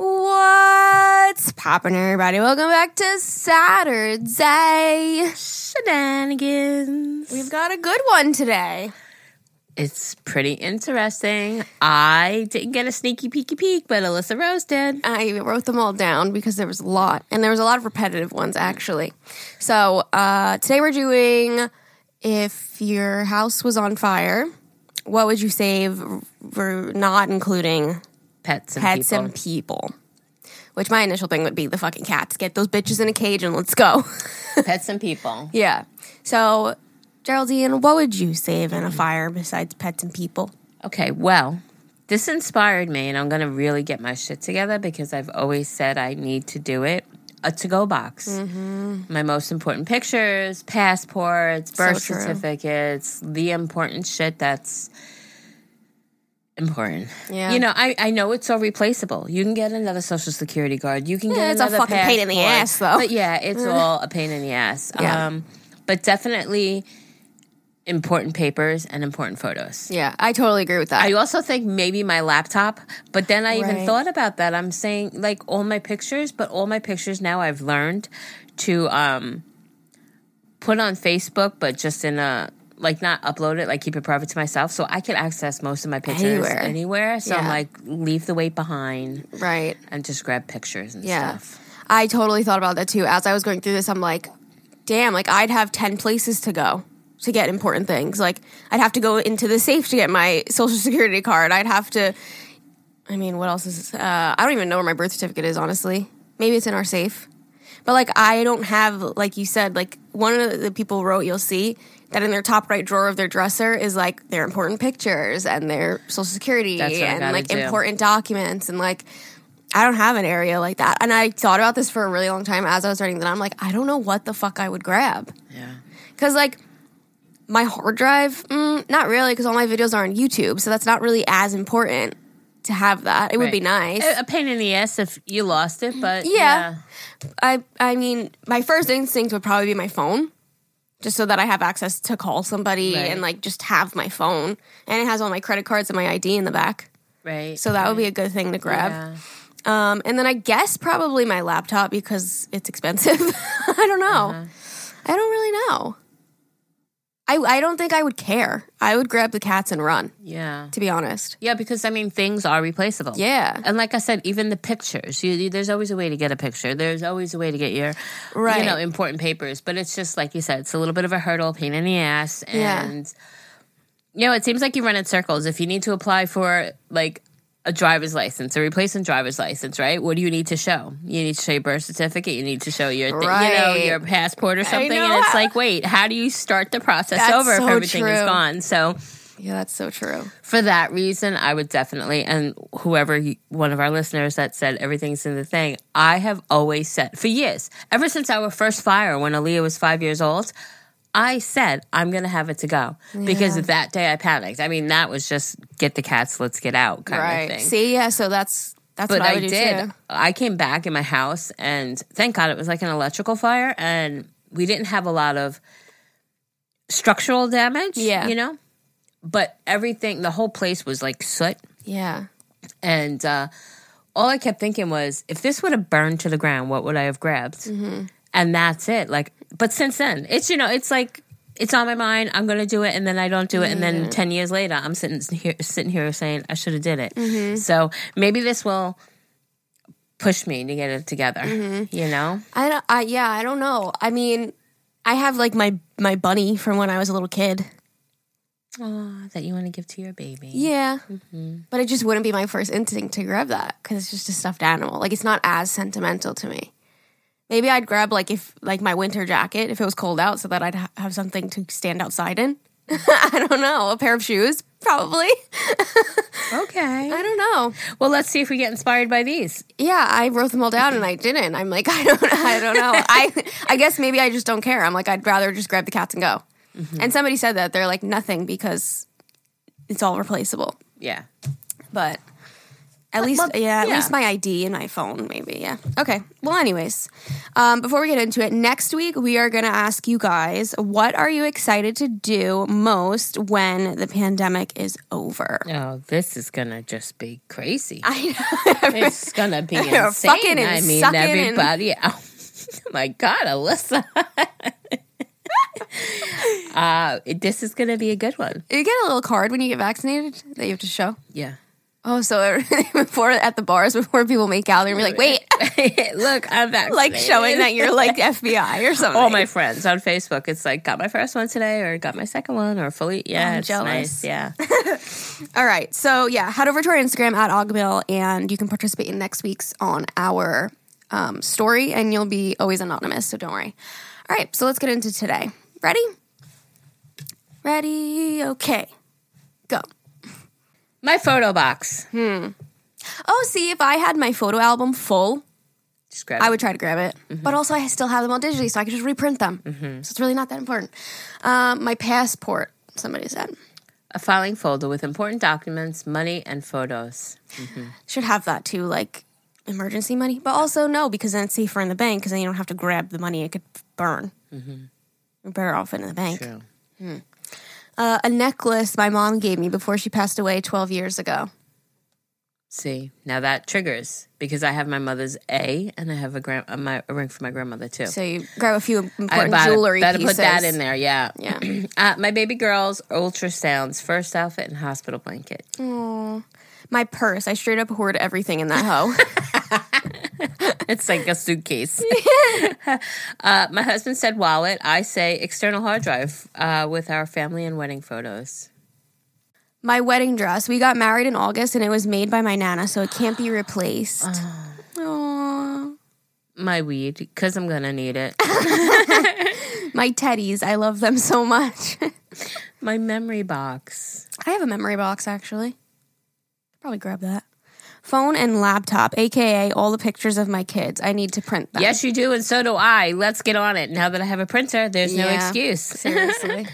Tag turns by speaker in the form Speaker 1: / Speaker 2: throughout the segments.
Speaker 1: What's poppin', everybody? Welcome back to Saturday
Speaker 2: shenanigans.
Speaker 1: We've got a good one today.
Speaker 2: It's pretty interesting. I didn't get a sneaky peeky peek, but Alyssa Rose did.
Speaker 1: I wrote them all down because there was a lot, and there was a lot of repetitive ones actually. So uh, today we're doing if your house was on fire, what would you save for not including
Speaker 2: Pets and
Speaker 1: pets
Speaker 2: people.
Speaker 1: and people? Which my initial thing would be the fucking cats. Get those bitches in a cage and let's go.
Speaker 2: pets and people.
Speaker 1: Yeah. So, Geraldine, what would you save in a fire besides pets and people?
Speaker 2: Okay, well, this inspired me, and I'm gonna really get my shit together because I've always said I need to do it. A to go box.
Speaker 1: Mm-hmm.
Speaker 2: My most important pictures, passports, birth
Speaker 1: true.
Speaker 2: certificates, the important shit that's important.
Speaker 1: Yeah.
Speaker 2: You know, I, I know it's all replaceable. You can get another social security card. You can get
Speaker 1: it's a
Speaker 2: another
Speaker 1: fucking pain in the
Speaker 2: passport.
Speaker 1: ass, though. Mm.
Speaker 2: But yeah, it's all a pain in the ass.
Speaker 1: Yeah.
Speaker 2: Um, but definitely important papers and important photos.
Speaker 1: Yeah, I totally agree with that.
Speaker 2: I also think maybe my laptop, but then I even
Speaker 1: Right.
Speaker 2: thought about that. I'm saying like all my pictures, but all my pictures now I've learned to um put on Facebook, but just in a like not upload it, like keep it private to myself, so I could access most of my pictures
Speaker 1: Anywhere.
Speaker 2: anywhere. So I'm
Speaker 1: Yeah.
Speaker 2: like leave the weight behind
Speaker 1: right.
Speaker 2: and just grab pictures and
Speaker 1: Yeah.
Speaker 2: stuff.
Speaker 1: I totally thought about that too. As I was going through this, I'm like, damn, like I'd have 10 places to go to get important things. Like, I'd have to go into the safe to get my social security card. I'd have to, I mean, what else is, uh, I don't even know where my birth certificate is, honestly. Maybe it's in our safe. But like, I don't have, like you said, like one of the people wrote, you'll see that in their top right drawer of their dresser is like their important pictures and their social security
Speaker 2: That's what I
Speaker 1: and
Speaker 2: gotta
Speaker 1: like
Speaker 2: do.
Speaker 1: important documents and like I don't have an area like that. And I thought about this for a really long time as I was writing that. I'm like, I don't know what the fuck I would grab.
Speaker 2: Yeah.
Speaker 1: Because, like, my hard drive, mm, not really, because all my videos are on YouTube. So that's not really as important to have that. It would be
Speaker 2: Right.
Speaker 1: nice.
Speaker 2: A, a pain in the ass if you lost it, but yeah.
Speaker 1: Yeah. I, I mean, my first instinct would probably be my phone, just so that I have access to call somebody
Speaker 2: Right.
Speaker 1: and, like, just have my phone. And it has all my credit cards and my ID in the back.
Speaker 2: Right.
Speaker 1: So that would be a good thing to grab.
Speaker 2: yeah.
Speaker 1: Um, and then I guess probably my laptop because it's expensive. I don't know.
Speaker 2: Uh-huh.
Speaker 1: I don't really know. I, I don't think I would care. I would grab the cats and run,
Speaker 2: Yeah.
Speaker 1: to be honest.
Speaker 2: Yeah, because I mean, things are replaceable.
Speaker 1: Yeah.
Speaker 2: and like I said, even the pictures. You, you, there's always a way to get a picture. There's always a way to get your,
Speaker 1: Right.
Speaker 2: you know, important papers. But it's just like you said, it's a little bit of a hurdle, pain in the ass,
Speaker 1: Yeah.
Speaker 2: and you know, it seems like you run in circles. If you need to apply for like a driver's license, a replacement driver's license, right? What do you need to show? You need to show your birth certificate. You need to show your, thi- you know,
Speaker 1: Right.
Speaker 2: your passport or something. And
Speaker 1: know.
Speaker 2: it's like, wait, how do you start the process
Speaker 1: That's
Speaker 2: over
Speaker 1: so
Speaker 2: if everything is
Speaker 1: true.
Speaker 2: gone? So
Speaker 1: Yeah, that's so true.
Speaker 2: for that reason, I would definitely, and whoever you- one of our listeners that said everything's in the thing, I have always said for years, ever since our first fire when Aaliyah was five years old, I said, I'm going to have it to go because that day I panicked. I mean, that was just get the cats, let's get out kind of
Speaker 1: Right.
Speaker 2: thing.
Speaker 1: See, yeah, so that's that's
Speaker 2: but
Speaker 1: what I,
Speaker 2: I,
Speaker 1: would do
Speaker 2: did.
Speaker 1: too.
Speaker 2: I came back in my house and thank God it was like an electrical fire and we didn't have a lot of structural damage.
Speaker 1: Yeah.
Speaker 2: You know? But everything, the whole place was like soot.
Speaker 1: Yeah.
Speaker 2: And uh, all I kept thinking was, if this would have burned to the ground, what would I have grabbed? And that's it. Like, but since then, it's you know, it's like it's on my mind. I'm gonna do it, and then I don't do it, and then ten years later, I'm sitting here, sitting here saying I should have did it. So maybe this will push me to get it together. You know,
Speaker 1: I don't I yeah, I don't know. I mean, I have like my my bunny from when I was a little kid.
Speaker 2: Aw, that you want to give to your baby.
Speaker 1: Yeah. But it just wouldn't be my first instinct to grab that because it's just a stuffed animal. Like, it's not as sentimental to me. Maybe I'd grab, like, if, like, my winter jacket if it was cold out so that I'd ha- have something to stand outside in. I don't know. A pair of shoes, probably.
Speaker 2: Okay.
Speaker 1: I don't know.
Speaker 2: Well, let's see if we get inspired by these.
Speaker 1: Yeah, I wrote them all down and I didn't. I'm like, I don't, I don't know. I, I guess maybe I just don't care. I'm like, I'd rather just grab the cats and go. And somebody said that they're like nothing because it's all replaceable.
Speaker 2: Yeah.
Speaker 1: But at least, Uh, yeah, at
Speaker 2: yeah.
Speaker 1: least my ID and my phone, maybe. Yeah. Okay. Well, anyways, um, before we get into it, next week we are going to ask you guys what are you excited to do most when the pandemic is over.
Speaker 2: Oh, this is gonna just be crazy.
Speaker 1: I know.
Speaker 2: It's gonna be
Speaker 1: They're
Speaker 2: insane.
Speaker 1: fucking and
Speaker 2: I mean,
Speaker 1: sucking and-
Speaker 2: everybody. Oh, my God, Alyssa. uh, this is gonna be a good one.
Speaker 1: You get a little card when you get vaccinated that you have to show.
Speaker 2: Yeah.
Speaker 1: Oh, so before at the bars before people make out, they're gonna be like, wait,
Speaker 2: Look, I'm vaccinated.
Speaker 1: like showing that you're like FBI or something.
Speaker 2: all my friends on Facebook. It's like got my first one today, or got my second one, or fully. Yeah,
Speaker 1: I'm
Speaker 2: it's
Speaker 1: jealous.
Speaker 2: nice. Yeah.
Speaker 1: All right, so yeah, head over to our Instagram at Ogbill, and you can participate in next week's on our um, story, and you'll be always anonymous, so don't worry. All right, so let's get into today. Ready? Ready? Okay, go.
Speaker 2: my photo box.
Speaker 1: Hmm. Oh, see, if I had my photo album full,
Speaker 2: Just grab.
Speaker 1: I would try to grab it. But also, I still have them all digitally, so I could just reprint them. So it's really not that important. Um, my passport, somebody said,
Speaker 2: a filing folder with important documents, money, and photos.
Speaker 1: should have that too, like emergency money. But also, no, because then it's safer in the bank, because then you don't have to grab the money; it could burn.
Speaker 2: Mm-hmm.
Speaker 1: You're better off in the bank.
Speaker 2: True.
Speaker 1: Uh, a necklace my mom gave me before she passed away 12 years ago.
Speaker 2: See, now that triggers because I have my mother's A, and I have a grand, uh, my a ring for my grandmother too.
Speaker 1: So you grab a few
Speaker 2: I
Speaker 1: important
Speaker 2: bought it.
Speaker 1: jewelry
Speaker 2: Better
Speaker 1: pieces.
Speaker 2: put that in there. Yeah.
Speaker 1: Yeah.
Speaker 2: uh, my baby girl's ultrasounds, first outfit, and hospital blanket.
Speaker 1: My purse. I straight up hoard everything in that hoe.
Speaker 2: It's like a suitcase. uh, my husband said wallet. I say external hard drive uh, with our family and wedding photos.
Speaker 1: My wedding dress. We got married in August and it was made by my nana, so it can't be replaced.
Speaker 2: Uh.
Speaker 1: Aw.
Speaker 2: My weed, because I'm going to need it.
Speaker 1: My teddies. I love them so much.
Speaker 2: my memory box.
Speaker 1: I have a memory box actually. Probably grab that. Phone and laptop, aka all the pictures of my kids. I need to print them.
Speaker 2: Yes, you do, and so do I. Let's get on it. Now that I have a printer, there's no
Speaker 1: Yeah.
Speaker 2: excuse.
Speaker 1: Seriously.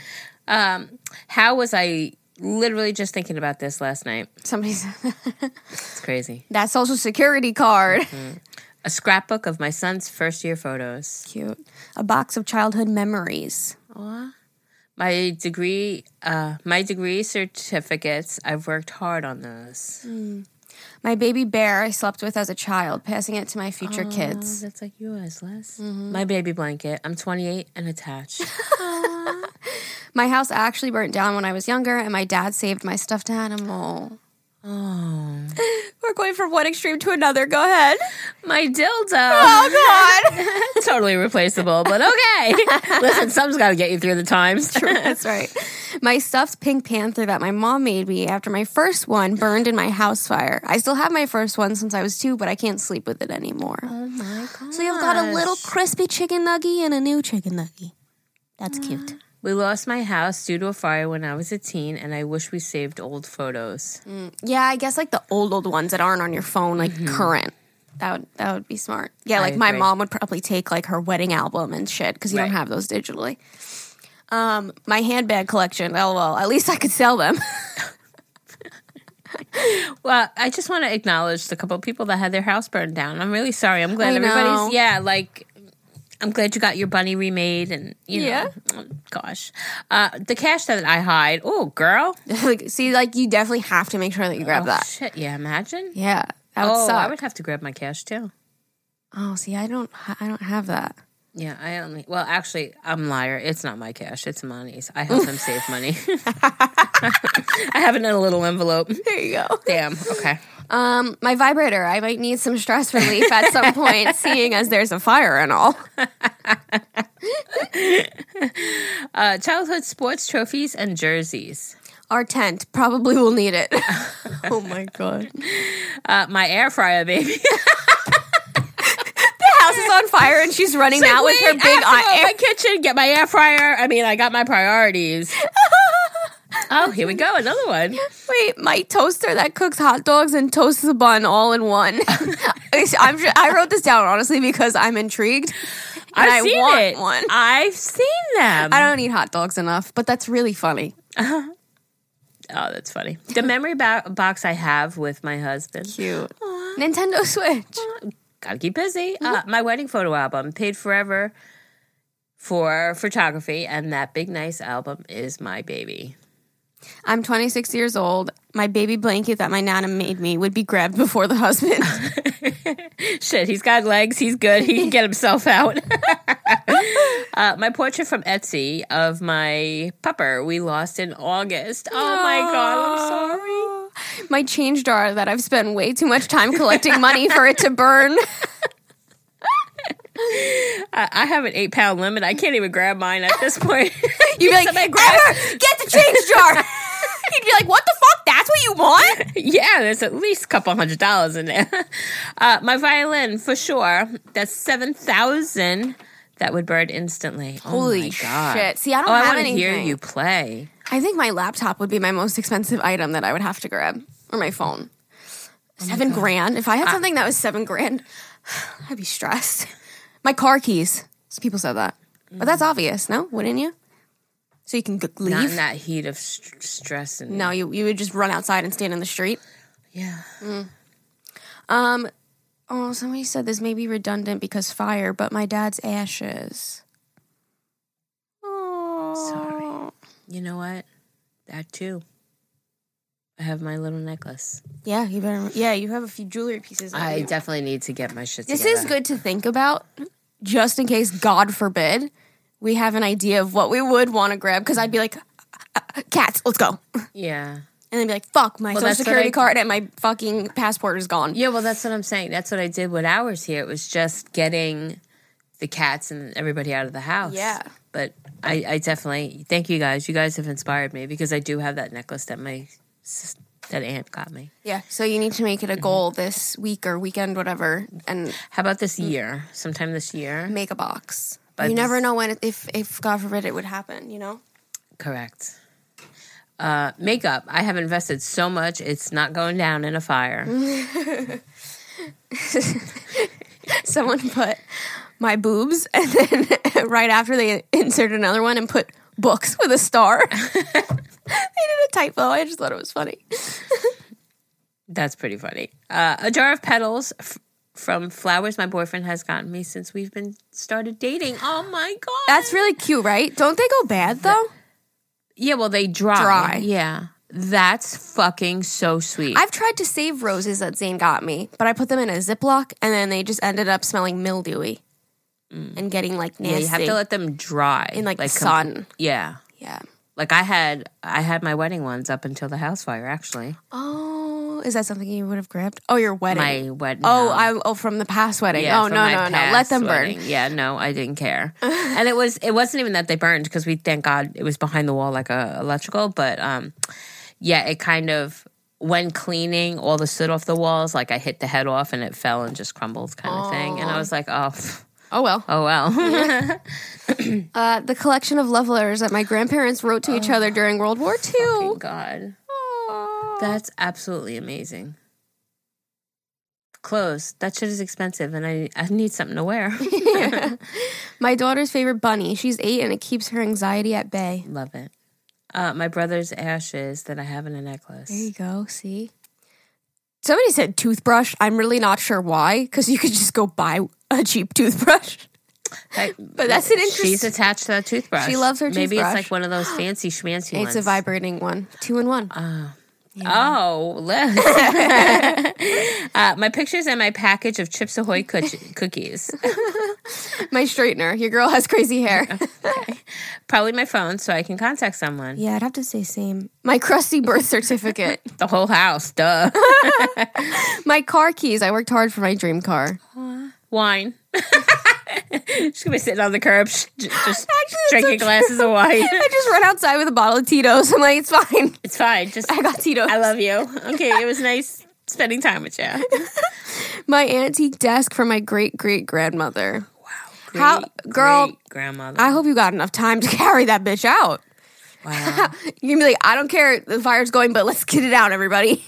Speaker 2: How was I literally just thinking about this last night?
Speaker 1: Somebody said
Speaker 2: It's crazy.
Speaker 1: that social security card.
Speaker 2: Mm-hmm. A scrapbook of my son's first year photos.
Speaker 1: Cute. A box of childhood memories.
Speaker 2: My degree, uh, my degree certificates. I've worked hard on those.
Speaker 1: My baby bear I slept with as a child, passing it to my future
Speaker 2: Oh,
Speaker 1: kids.
Speaker 2: that's like yours, Les. My baby blanket. I'm 28 and attached.
Speaker 1: My house actually burnt down when I was younger, and my dad saved my stuffed animal.
Speaker 2: oh,
Speaker 1: We're going from one extreme to another. Go ahead.
Speaker 2: my dildo.
Speaker 1: Oh, God.
Speaker 2: totally replaceable, but okay. Listen, something's got to get you through the times.
Speaker 1: That's right. My stuffed pink panther that my mom made me after my first one burned in my house fire. I still have my first one since I was two, but I can't sleep with it anymore.
Speaker 2: Oh my god.
Speaker 1: So you've got a little crispy chicken nugget and a new chicken nugget. That's cute.
Speaker 2: We lost my house due to a fire when I was a teen, and I wish we saved old photos.
Speaker 1: Yeah, I guess like the old old ones that aren't on your phone, like current. That would that would be smart. Yeah, like my
Speaker 2: Mm-hmm. agree.
Speaker 1: mom would probably take like her wedding album and shit because you don't
Speaker 2: Right.
Speaker 1: have those digitally. Um, my handbag collection. Oh well, at least I could sell them.
Speaker 2: Well, I just want to acknowledge the couple of people that had their house burned down. I'm really sorry. I'm glad
Speaker 1: I know.
Speaker 2: everybody's yeah, like I'm glad you got your bunny remade and you know,
Speaker 1: Yeah.
Speaker 2: oh, gosh, uh, the cash that I hide. Oh, girl,
Speaker 1: like, see, like you definitely have to make sure that you grab that.
Speaker 2: shit. Yeah, imagine.
Speaker 1: Yeah, that would
Speaker 2: Oh,
Speaker 1: suck.
Speaker 2: I would have to grab my cash too.
Speaker 1: oh, see, I don't, ha- I don't have that.
Speaker 2: Yeah, I only. Well, actually, I'm a liar. It's not my cash. It's Monty's. I help him save money. I have it in a little envelope.
Speaker 1: There you go.
Speaker 2: Damn. Okay.
Speaker 1: Um, my vibrator. I might need some stress relief at some point, seeing as there's a fire and all.
Speaker 2: Uh, childhood sports trophies and jerseys.
Speaker 1: Our tent probably will need it. oh my god, the
Speaker 2: Uh, my air fryer, baby.
Speaker 1: house is on fire and she's running out with her
Speaker 2: Wait, I have
Speaker 1: big
Speaker 2: to go in
Speaker 1: eye.
Speaker 2: my kitchen. Get my air fryer. I mean, I got my priorities. Oh, here we go, another one.
Speaker 1: Wait, my toaster that cooks hot dogs and toasts the bun all in one. I'm ju- I wrote this down honestly because I'm intrigued. And
Speaker 2: I've seen
Speaker 1: want
Speaker 2: it.
Speaker 1: one.
Speaker 2: I've seen them.
Speaker 1: I don't eat hot dogs enough, but that's really funny.
Speaker 2: oh, that's funny. The memory ba- box I have with my husband.
Speaker 1: Cute. Nintendo Switch.
Speaker 2: gotta keep busy. Uh,
Speaker 1: Mm-hmm.
Speaker 2: my wedding photo album, paid forever for photography, and that big nice album is my baby.
Speaker 1: I'm 26 years old. My baby blanket that my nana made me would be grabbed before the husband.
Speaker 2: Shit, he's got legs. He's good. He can get himself out. uh, my portrait from Etsy of my pupper we lost in August. Oh my god, I'm sorry.
Speaker 1: my change jar that I've spent way too much time collecting money for it to burn.
Speaker 2: I, I have an eight pound limit. I can't even grab mine at this point.
Speaker 1: You'd be like,
Speaker 2: Somebody
Speaker 1: Ever,
Speaker 2: grab-
Speaker 1: get the change jar. He'd be like, what the fuck? That's what you want?
Speaker 2: Yeah, there's at least a couple hundred dollars in there. Uh, my violin, for sure. That's seven thousand. That would burn instantly. oh my
Speaker 1: Holy
Speaker 2: God.
Speaker 1: shit. See, I don't
Speaker 2: Oh, I
Speaker 1: have
Speaker 2: want to
Speaker 1: anything.
Speaker 2: hear you play.
Speaker 1: I think my laptop would be my most expensive item that I would have to grab, or my phone.
Speaker 2: Oh
Speaker 1: Seven grand. If I
Speaker 2: Ah.
Speaker 1: had something that was seven grand, I'd be stressed. My car keys. So people said that, but that's obvious, no? Wouldn't you? So you can g- leave.
Speaker 2: Mm. Not in that heat of st- stress and
Speaker 1: no, you you would just run outside and stand in the street.
Speaker 2: yeah.
Speaker 1: Um. Oh, somebody said this may be redundant because fire, but my dad's ashes.
Speaker 2: Sorry. You know what? That too. I have my little necklace.
Speaker 1: Yeah, you better. Yeah, you have a few jewelry pieces. on
Speaker 2: I
Speaker 1: you.
Speaker 2: definitely need to get my shit.
Speaker 1: This
Speaker 2: together.
Speaker 1: is good to think about, just in case, God forbid, we have an idea of what we would want to grab. Because I'd be like, cats, let's go. And
Speaker 2: Yeah.
Speaker 1: then be like, fuck, my
Speaker 2: that's
Speaker 1: social
Speaker 2: what
Speaker 1: security
Speaker 2: I-
Speaker 1: card and my fucking passport is gone.
Speaker 2: Yeah, well, that's what I'm saying. That's what I did with ours here. It was just getting the cats and everybody out of the house.
Speaker 1: Yeah.
Speaker 2: But I, I definitely thank you guys. You guys have inspired me because I do have that necklace that my sis- that aunt got me.
Speaker 1: Yeah. So you need to make it a goal this week or weekend, whatever, and
Speaker 2: How about this
Speaker 1: Hmm.
Speaker 2: year? Sometime this year.
Speaker 1: make a box.
Speaker 2: But
Speaker 1: you never
Speaker 2: this-
Speaker 1: know when, it, if, if God forbid, it would happen, you know?
Speaker 2: Correct. Uh, makeup. I have invested so much; it's not going down in a fire.
Speaker 1: Someone put my boobs, and then right after they inserted another one and put books with a star. they did a typo. I just thought it was funny.
Speaker 2: That's pretty funny. Uh, a jar of petals f- from flowers my boyfriend has gotten me since we've been started dating. Oh my god!
Speaker 1: That's really cute, right? Don't they go bad though?
Speaker 2: Yeah, well, they dry.
Speaker 1: Dry.
Speaker 2: Yeah. That's fucking so sweet.
Speaker 1: I've tried to save roses that Zane got me, but I put them in a Ziploc, and then they just ended up smelling mildewy and getting like nasty.
Speaker 2: Mm. yeah, you have to let them dry
Speaker 1: in like, the
Speaker 2: com-
Speaker 1: sun.
Speaker 2: yeah,
Speaker 1: Yeah.
Speaker 2: like I had, I had my wedding ones up until the house fire. Actually,
Speaker 1: Oh, is that something you would have grabbed? Oh, your wedding.
Speaker 2: my wedding.
Speaker 1: oh, I oh from the past wedding.
Speaker 2: Yeah,
Speaker 1: oh
Speaker 2: for
Speaker 1: no
Speaker 2: my
Speaker 1: no no,
Speaker 2: past
Speaker 1: let them burn.
Speaker 2: wedding. Yeah, no, I didn't care. and it was, it wasn't even that they burned because we, thank God, it was behind the wall like a electrical. But um, yeah, it kind of when cleaning all the soot off the walls, like I hit the head off and it fell and just crumbled, kind of thing. And I was like, oh,
Speaker 1: Oh well.
Speaker 2: oh well.
Speaker 1: Uh, the collection of love letters that my grandparents wrote to each other during World War II.
Speaker 2: God. That's absolutely amazing. Clothes. That shit is expensive and I I need something to wear.
Speaker 1: My daughter's favorite bunny. She's eight and it keeps her anxiety at bay.
Speaker 2: Love it. Uh, my brother's ashes that I have in a
Speaker 1: There
Speaker 2: necklace.
Speaker 1: you go. See? Somebody said toothbrush. I'm really not sure why, because you could just go buy a cheap toothbrush.
Speaker 2: but
Speaker 1: that's an
Speaker 2: She's
Speaker 1: interest-
Speaker 2: attached to that toothbrush.
Speaker 1: She loves her
Speaker 2: Maybe
Speaker 1: toothbrush.
Speaker 2: it's like one of those fancy schmancy ones.
Speaker 1: It's a vibrating one. Two in one.
Speaker 2: Oh, Liz. uh, my pictures and my package of Chips Ahoy cooch- cookies.
Speaker 1: My straightener. Your girl has crazy hair.
Speaker 2: Probably my phone so I can contact someone.
Speaker 1: yeah, I'd have to say same. My crusty birth certificate.
Speaker 2: The whole house, duh.
Speaker 1: my car keys. I worked hard for my dream car.
Speaker 2: wine. She's gonna be sitting on the curb, sh- j- just
Speaker 1: that's
Speaker 2: drinking
Speaker 1: so
Speaker 2: glasses of wine.
Speaker 1: I just run outside with a bottle of Tito's. I'm like, it's fine.
Speaker 2: It's fine. Just
Speaker 1: I got Tito's.
Speaker 2: I love you. Okay, it was nice spending time with you.
Speaker 1: my antique desk from my great great grandmother. How- girl,
Speaker 2: grandmother.
Speaker 1: I hope you got enough time to carry that bitch out. you can be like, I don't care, the fire's going, but let's get it out, everybody.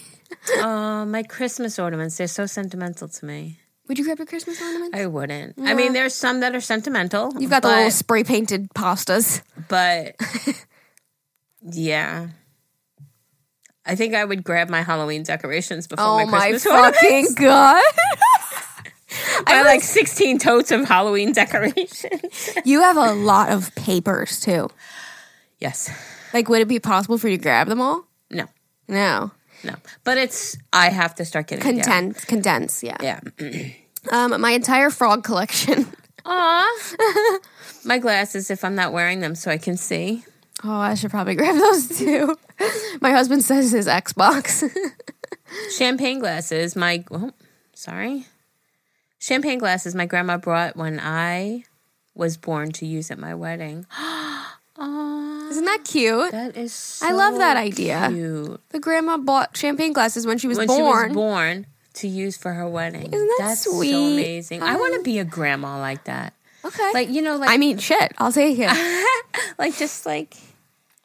Speaker 2: Oh, my Christmas ornaments. They're so sentimental to me.
Speaker 1: Would you grab your Christmas ornaments?
Speaker 2: I wouldn't. I mean, there's some that are sentimental.
Speaker 1: You've got the
Speaker 2: but,
Speaker 1: little spray painted pastas.
Speaker 2: but yeah. I think I would grab my Halloween decorations before
Speaker 1: Oh
Speaker 2: my
Speaker 1: my,
Speaker 2: Christmas ornaments.
Speaker 1: fucking god!
Speaker 2: I like 16 totes of Halloween decorations.
Speaker 1: you have a lot of papers too.
Speaker 2: yes.
Speaker 1: Like, would it be possible for you to grab them all?
Speaker 2: No.
Speaker 1: No.
Speaker 2: No. But it's I have to start getting it down.
Speaker 1: Condense, condense, yeah.
Speaker 2: Yeah.
Speaker 1: Um, my entire frog collection.
Speaker 2: Aw. my glasses if I'm not wearing them so I can see.
Speaker 1: Oh, I should probably grab those too. My husband says his Xbox.
Speaker 2: Champagne glasses, my oh, sorry. Champagne glasses my grandma brought when I was born to use at my wedding.
Speaker 1: Isn't that cute?
Speaker 2: That is
Speaker 1: I love that
Speaker 2: so
Speaker 1: idea.
Speaker 2: Cute.
Speaker 1: The grandma bought champagne glasses when she was,
Speaker 2: when
Speaker 1: born.
Speaker 2: she was born to use for her wedding.
Speaker 1: Isn't that
Speaker 2: That's so
Speaker 1: sweet?
Speaker 2: amazing. I want to be a grandma like that.
Speaker 1: Okay.
Speaker 2: Like you know, like
Speaker 1: I mean, shit. I'll take it.
Speaker 2: like just like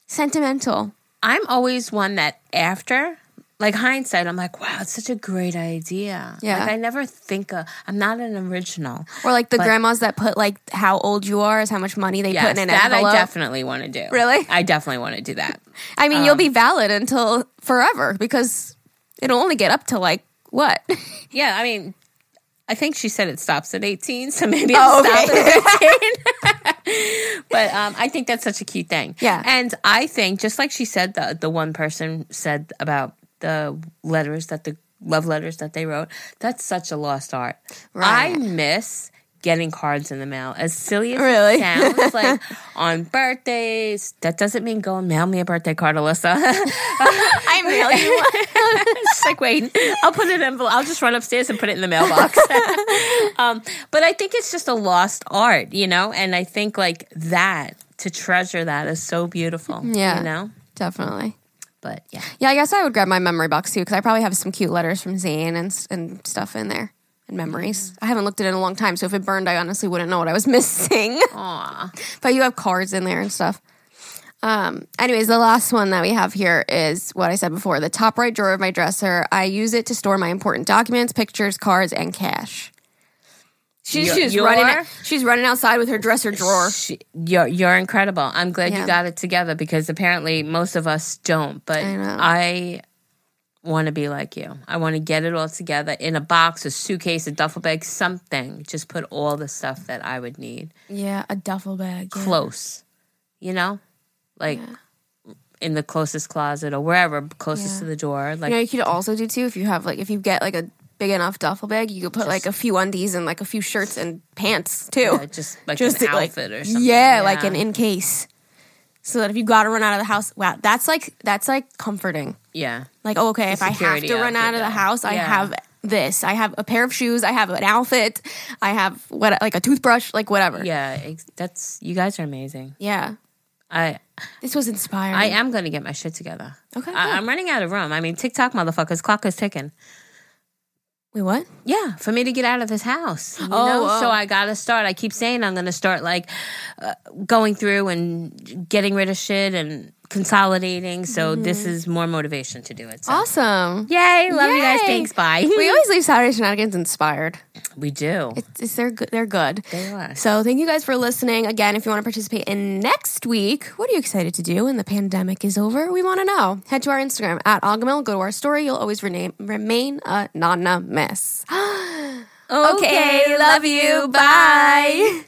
Speaker 1: Sentimental.
Speaker 2: I'm always one that after like hindsight, I'm like, wow, it's such a great idea.
Speaker 1: Yeah.
Speaker 2: Like I never think of. I'm not an original.
Speaker 1: Or like the
Speaker 2: But-
Speaker 1: grandmas that put like how old you are is how much money they put in an
Speaker 2: that
Speaker 1: envelope.
Speaker 2: I definitely want to do.
Speaker 1: Really?
Speaker 2: I definitely want to do that.
Speaker 1: I mean,
Speaker 2: um,
Speaker 1: you'll be valid until forever because it'll only get up to like what?
Speaker 2: Yeah, I mean, I think she said it stops at 18, so maybe
Speaker 1: Oh,
Speaker 2: it'll stop at But um, I think that's such a cute thing.
Speaker 1: Yeah.
Speaker 2: And I think just like she said, the the one person said about the letters that the love letters that they wrote. That's such a lost art.
Speaker 1: Right.
Speaker 2: I miss getting cards in the mail. As silly as
Speaker 1: Really?
Speaker 2: it sounds, like on birthdays. That doesn't mean go and mail me a birthday card, Alyssa.
Speaker 1: I mail you one.
Speaker 2: She's like, wait, I'll put it in. envelope. I'll just run upstairs and put it in the mailbox. um, but I think it's just a lost art, you know. And I think like that to treasure that is so beautiful.
Speaker 1: Yeah.
Speaker 2: you know.
Speaker 1: Definitely.
Speaker 2: But yeah,
Speaker 1: Yeah, I guess I would grab my memory box too because I probably have some cute letters from Zane and s- and stuff in there and memories. I haven't looked at it in a long time, so if it burned, I honestly wouldn't know what I was missing.
Speaker 2: Aw.
Speaker 1: but you have cards in there and stuff. Um, anyways, the last one that we have here is what I said before the top right drawer of my dresser. I use it to store my important documents, pictures, cards, and cash. She's,
Speaker 2: Your-
Speaker 1: she's running.
Speaker 2: your-
Speaker 1: She's running outside with her dresser drawer.
Speaker 2: She, you're you're incredible. I'm glad
Speaker 1: Yeah.
Speaker 2: you got it together because apparently most of us don't. But
Speaker 1: I know.
Speaker 2: I. Want to be like you. I want to get it all together in a box, a suitcase, a duffel bag, something. Just put all the stuff that I would need.
Speaker 1: Yeah, a duffel bag. yeah.
Speaker 2: close, you know, like in the closest closet or wherever closest
Speaker 1: Yeah.
Speaker 2: to the door. Like,
Speaker 1: You know, you could also do too if you have like if you get like a big enough duffel bag, you could put like a few undies and like a few shirts and pants too.
Speaker 2: yeah, just like
Speaker 1: Just
Speaker 2: an
Speaker 1: to, like-
Speaker 2: outfit or something.
Speaker 1: Yeah, like an in case. So that if you got to run out of the house, wow, that's like that's like comforting.
Speaker 2: yeah.
Speaker 1: Like oh, okay, if I have
Speaker 2: security
Speaker 1: to run
Speaker 2: outfit,
Speaker 1: out of the
Speaker 2: though.
Speaker 1: house, I
Speaker 2: Yeah.
Speaker 1: have this. I have a pair of shoes. I have an outfit. I have what like a toothbrush, like whatever.
Speaker 2: Yeah, ex- that's you guys are amazing.
Speaker 1: Yeah.
Speaker 2: I
Speaker 1: This was inspiring.
Speaker 2: I am gonna get my shit together.
Speaker 1: Okay,
Speaker 2: I,
Speaker 1: good.
Speaker 2: I'm running out of room. I mean, TikTok motherfuckers, clock is ticking.
Speaker 1: Wait, what?
Speaker 2: Yeah, for me to get out of this house. You
Speaker 1: Oh,
Speaker 2: know?
Speaker 1: oh.
Speaker 2: So I got to start. I keep saying I'm going to start like uh, going through and getting rid of shit and consolidating. So
Speaker 1: Mm-hmm.
Speaker 2: this is more motivation to do it. So.
Speaker 1: Awesome.
Speaker 2: Yay, love you guys.
Speaker 1: Yay.
Speaker 2: Thanks, bye.
Speaker 1: We always leave Saturday Shenanigans inspired.
Speaker 2: we do.
Speaker 1: It's, they're good. They're good.
Speaker 2: They are.
Speaker 1: So thank you guys for listening. Again, if you want to participate in next week, what are you excited to do when the pandemic is over? We want to know. Head to our Instagram at Ogamil. Go to our story. You'll always rename, remain anonymous.
Speaker 2: Okay,
Speaker 1: love you. Bye.